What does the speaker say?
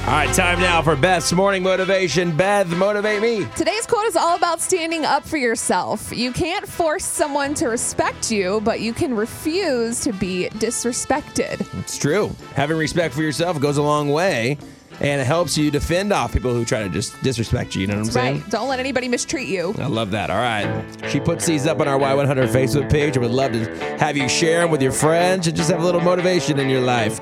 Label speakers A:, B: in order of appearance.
A: All right, time now for Beth's morning motivation. Beth, motivate me.
B: Today's quote is all about standing up for yourself. You can't force someone to respect you, but you can refuse to be disrespected.
A: It's true. Having respect for yourself goes a long way and it helps you to fend off people who try to just disrespect you. You know what I'm saying?
B: Right. Don't let anybody mistreat you.
A: I love that. All right. She puts these up on our Y100 Facebook page. I would love to have you share them with your friends and just have a little motivation in your life.